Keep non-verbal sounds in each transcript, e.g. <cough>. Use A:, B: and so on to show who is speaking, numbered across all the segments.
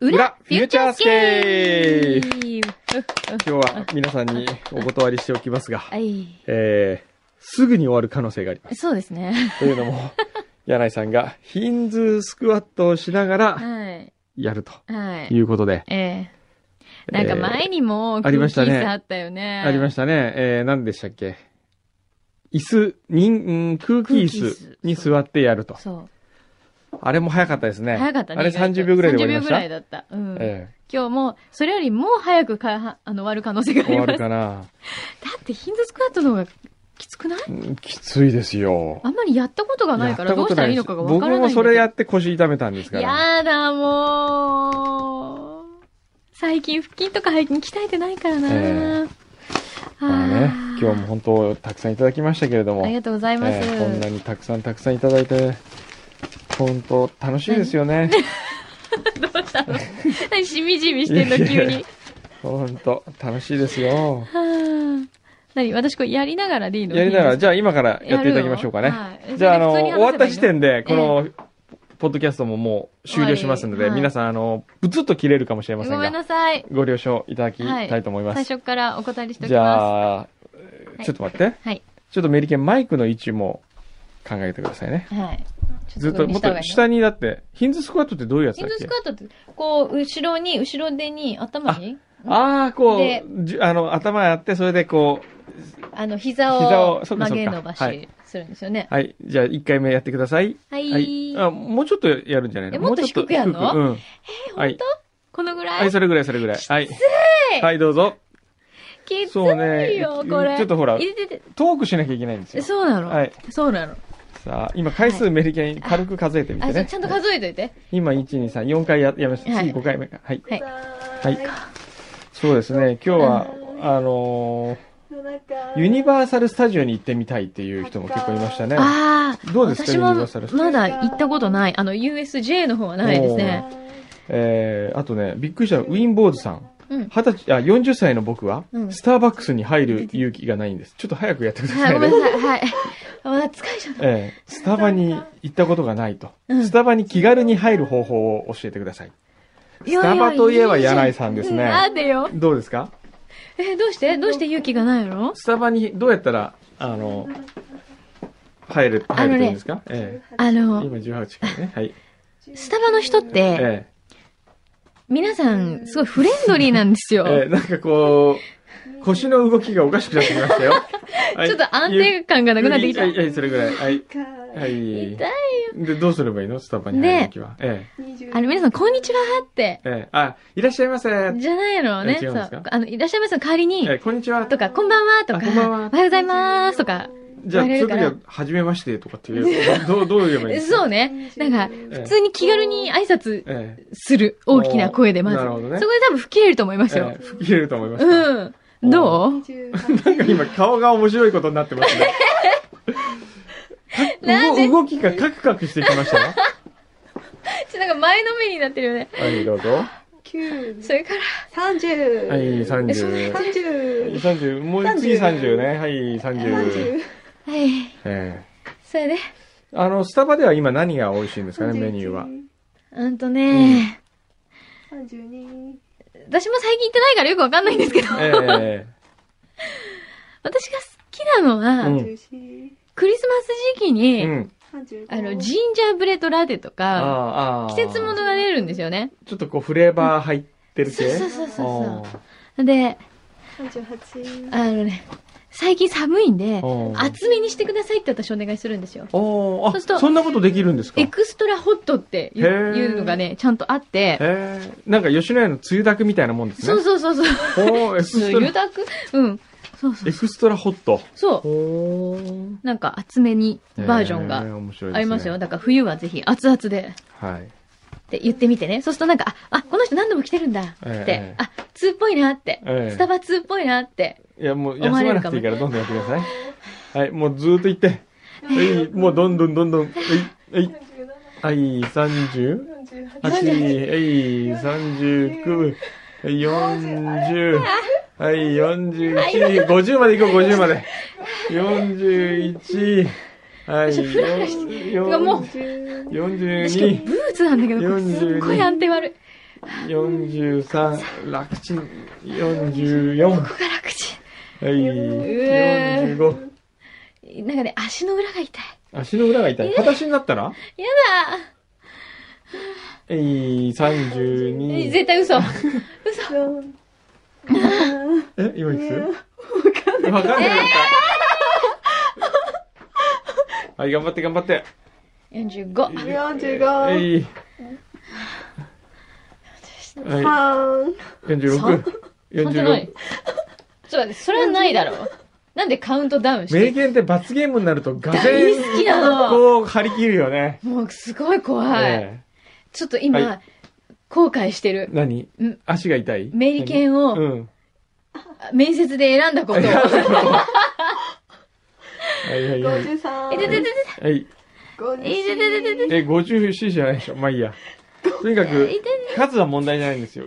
A: フューチャースケープ
B: ー
A: 今日は皆さんにお断りしておきますが、
B: はい。
A: えー、すぐに終わる可能性があります。
B: そうですね。
A: というの
B: <laughs>
A: も、柳井さんがヒンズースクワットをしながら
B: はい。
A: やると
B: はい。
A: いうことで、
B: ええなんか前にも、
A: ありましたね
B: 空気椅子あったよね。
A: ありま
B: し
A: したね。えー、何でしたっけ椅子、人、うん空気椅
B: 空気
A: 子
B: 椅子
A: に座ってやると。
B: そう。
A: あれも早かったですね。
B: 早かったね。
A: あれ
B: 意外と
A: 30秒ぐらいで終わりまし
B: 30秒ぐ
A: た。
B: らいだった。うん。
A: え
B: 今日もう、それよりもう早くかはあの終わる可能性が
A: え
B: あり
A: 終わ
B: ます。
A: るかな。
B: だってヒンズースクワットの方がきつくない
A: うんきついですよ。
B: あんまりやったことがないからどうしたらいいのかがわからないんだ
A: 僕も
B: けど。
A: それやって腰痛めたんですから。
B: やだ、もう。最近腹筋とか背筋鍛えてないからな。
A: えまあね、今日も本当たくさんいただきましたけれども、
B: ありがとうございます。
A: えーこんなにたくさんたくさんいただいて、本当楽しいですよ
B: <laughs>
A: ね。
B: どうしたの <laughs> 何しみじみしてんの、急
A: い <laughs> やい
B: に。
A: 本当楽しいですよ。
B: はあ何私これやりながらでいいの
A: やりながら、じ
B: ゃ
A: ゃあ今からやっていただきましょうかね。じゃあ、あの、終わった時点で、この、ポッドキャストももう終了しますので、
B: はいはい
A: 皆さん、あの、ぶつっと切れるかもしれません
B: ご
A: が、
B: めんなさい。
A: ご了承いただきたいと思います。
B: 最初からお断りしておき
A: じ
B: ま
A: ゃあ、
B: い
A: ちょっと待って。
B: す。はい。
A: ちょっとメリケンマイクの位置も考えてくださいね。
B: はい。
A: ずっと、もっと
B: 下
A: 下にだって、ヒンズスクワットってどういうやつ
B: ヒ
A: だ
B: ン
A: っ
B: ズー
A: け
B: スクワットって、こう、後ろに、後ろ手に、頭に、
A: ああ、こ
B: で
A: う、じゅあの、頭やって、それでこ
B: あの、膝
A: 膝
B: を
A: をそうか
B: 曲げ
A: そうか
B: 伸ば
A: は
B: し
A: い
B: するんですよね。
A: う、はい、じゃあ一回目やってください。
B: はい。
A: あもうちょっとやるんじゃないの
B: えもっと
A: うちょ
B: 低くやんの
A: 低くうん。
B: え
A: は
B: 本
A: い
B: 当、このぐら
A: はいい、それぐらい、それぐらい。はい。はい、どうぞ。
B: きつ
A: そうね
B: いよ、これ。
A: ちょっとほら
B: 入れて
A: トークしなきゃいけないんです
B: て。
A: よ。
B: そうなの、
A: はい
B: そうなの。
A: さあ、今回数メリケン軽く数えてみて
B: あ、そう
A: ね。
B: ちゃんと数えといて。
A: 今、1、2、3、4回ややめました。
B: はい
A: 次5回目か。はい。
B: はい。
A: はい。そうですね、今日は、あのーユニバーサル・スタジオに行ってみたいっていう人も結構いましたね。
B: ああ、
A: どうですか
B: 私
A: ユ
B: も
A: ニバーサル
B: まだ行ったことない。あの、USJ の方はないですね。
A: えー、あとね、びっくりした、ウィンボーズさん。
B: うん。
A: 二十歳、あ、40歳の僕は
B: う、ん
A: スターバックスに入る勇気がないんです。ちょっと早くやってくだ
B: は
A: さ
B: い、
A: い
B: ごめん
A: ね。
B: なさい。はい。あ、疲れちゃった。
A: ええスタバに行ったことがないと。
B: うん
A: スタバに気軽に入る方法を教えてください。
B: ス
A: タバといえば柳井さんですね
B: なんでよ。
A: どうですか
B: え、どうしてどうして勇気がないの
A: スタバにどうやったら、あの、入る、入るといいんですか、え
B: あ
A: え
B: の、
A: 今18時
B: <laughs>
A: からね。はい。
B: スタバの人って、
A: え
B: 皆さん、すごいフレンドリーなんですよ。
A: えええなんかこう、腰の動きがおかしくなってきま
B: <laughs>
A: したよ。はい
B: ちょっと安定感がなくなってきた。
A: は
B: 痛
A: い、はい、それぐらい。はい。はい
B: い。。
A: で、どうすればいいのスタバに入るときは。ええ
B: あの、皆さん、こんにちはって。
A: ええあ、いらっしゃいませ。え
B: じゃないのね。
A: え違うんですか
B: そうあの、いらっしゃいませの代わりに、
A: えこんにちは。
B: とか、こんばんはとか、
A: あこんばんは
B: おはようございますとか、
A: じゃあ、そう
B: 言
A: いう時
B: われるから
A: は、はじめましてとかっていう、どう、 <laughs> どう言えばいいんですか
B: そうね。なんか、
A: ええ
B: 普通に気軽に挨拶
A: ええ
B: する。大きな声で、まず。
A: な
B: そ
A: る
B: こ
A: ほど
B: で
A: ね
B: 多分吹っ切れると思いますよ
A: ええ。吹き切れると思いますか。
B: うん。どう
A: なんか今、顔が面白いことになってますね。
B: <laughs> なんで
A: 動動きがカクカクしてきました <laughs> よ。
B: ちょなんか前のめりになってるよね。
A: はい、どうぞ。は
B: それから、
A: い、
C: 30
B: えそんな
A: 30。
C: 30
A: 30、もう次30ね。はい、30。
B: はい。
A: え
B: それで、
A: えあの、スタバでは今何が美味しいんですかね、メニューは。
B: うんとね、
C: 32
B: 私も最近行ってないからよくわかんないんですけど、
A: え
B: 私が好きなのは、
A: うん
C: 34
B: クリスマス時期
A: え
B: に、
A: うん。
C: 35
B: あの、ジンジャーブレッドラテと
A: あ
B: か、
A: あ、ああ。
B: 季節ものが出るんですよね。
A: ちょっとこう、フレーバー入ってる
B: そう
A: 系
B: そうそう
A: あ
B: そ
A: あ
B: う。で、
C: 38
B: あのね、最近寒いんで
A: お、ー
B: 厚めにしてくださいって私お願いするんですよ。
A: お
B: そうする
A: ーあ、
B: と
A: そんなことできるんですか
B: エ
A: へ
B: クストラホットっていう
A: へー
B: いうのがね、ちゃんとあって、
A: え。なんか吉野家のつゆだくみたいなもんですね。
B: そうそうそうそう。
A: おーエクスト
B: ゆ
A: ラ、
B: たくうん。そうそう。
A: エクストラホット。
B: そう。
A: お
B: なんか厚めにバージョンがありますよ。。だから冬はぜひ熱々で。
A: はい。
B: って言ってみてね。そうするとなんか、あ、あ、この人何度も来てるんだって、
A: ええ
B: あ、2っぽいなって、
A: ええ
B: スタバ2っぽいなって、
A: いや、もう休
B: 思わ
A: ま
B: れ
A: な
B: る
A: く
B: か
A: てい
B: も
A: いから、どんどんやってください。はい、もうずーっと行って。はい、もうどんどんどんどん。はい、はい。はい、30。8、はい、39。はい、40。はい、41。50まで
B: <laughs>
A: 行こう、50まで。41。はい、
B: てかもう
A: 4
C: 뭐?
B: しかも
A: 42。
B: ブーツなんだけど、これすっごい安定悪い。
A: 43、楽ちん、44、は
B: ここが楽ち
A: い、
B: え
A: 45。
B: ん。なんかね、足の裏が痛い。
A: 足の裏が痛い。裸足になったら
B: や
A: えい、
B: だー
A: 32。
B: 絶対嘘。嘘。
C: 四
A: え、今いくつ
C: わかんない
A: わかんなかった。はい、頑張って頑張って。
B: 45。
C: 45
A: えい、は
C: 三
A: い、46。
B: 本当ない
A: 46。。
B: そうだね、それはないだろう。なんでカウントダウンして
A: 名
B: る
A: 言って罰ゲームになると、がぜ
B: 大好きなの。
A: こう、張り切るよね。
B: もうすごい怖い。
A: え
B: ちょっと今、
A: は
B: 後悔して
A: え
B: る。
A: 何
B: うん
A: 足が痛い
B: メリケンを
A: うん。
B: 面接で選んだこと。
A: いや
B: え、
A: はいはいはい。
C: 五十三
B: でででで
A: はい。
C: 五
B: え、で
C: 네,
B: でででで。
A: え、54じゃないでしょ。まあいいや。とにかく、数は問題じゃないんですよ。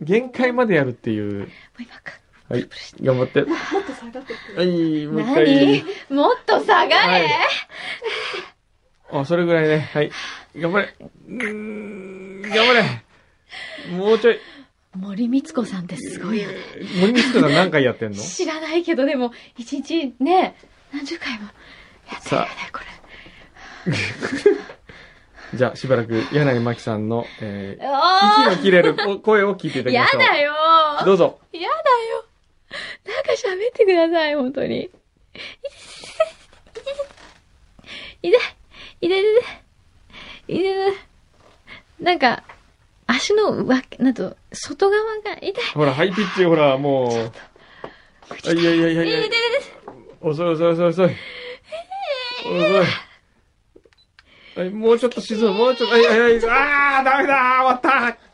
A: 限界までやるっていう。
B: もう今か。
A: はい。頑張って。
C: もっと下がってくる
A: はい、もう一
B: 何
A: 回。
B: もっと下がれ、
A: はいあ、それぐらいね。はい。頑張れ。うーん、頑張れ。もうちょい。
B: 森光子さんってすごいよね。
A: 森光子さん何回やってん
B: <laughs>
A: の
B: 知らないけど、でも、一日ね、何十回もやってるよね、こ
A: じゃあ、しばらく柳巻さんの、え
B: れ。
A: ー、息
B: あ
A: の切れるお声を聞いていただ
B: あ
A: き
B: や
A: ましょう。
B: だよ
A: どうぞ。
B: やだよなんか喋ってください、本当に。痛い痛い痛い痛い痛い痛いなんか、足のわ、なんと、外側が痛い
A: ほら、ハイピッチ、ほら、もう。あいやいやいや
B: 痛い痛い
A: い
B: 痛
A: や。
B: い
A: 遅い遅い遅い遅い。遅い。はい、もうちょっと沈む、もうちょっと、はいはいはい、あー、ダメだー、終わった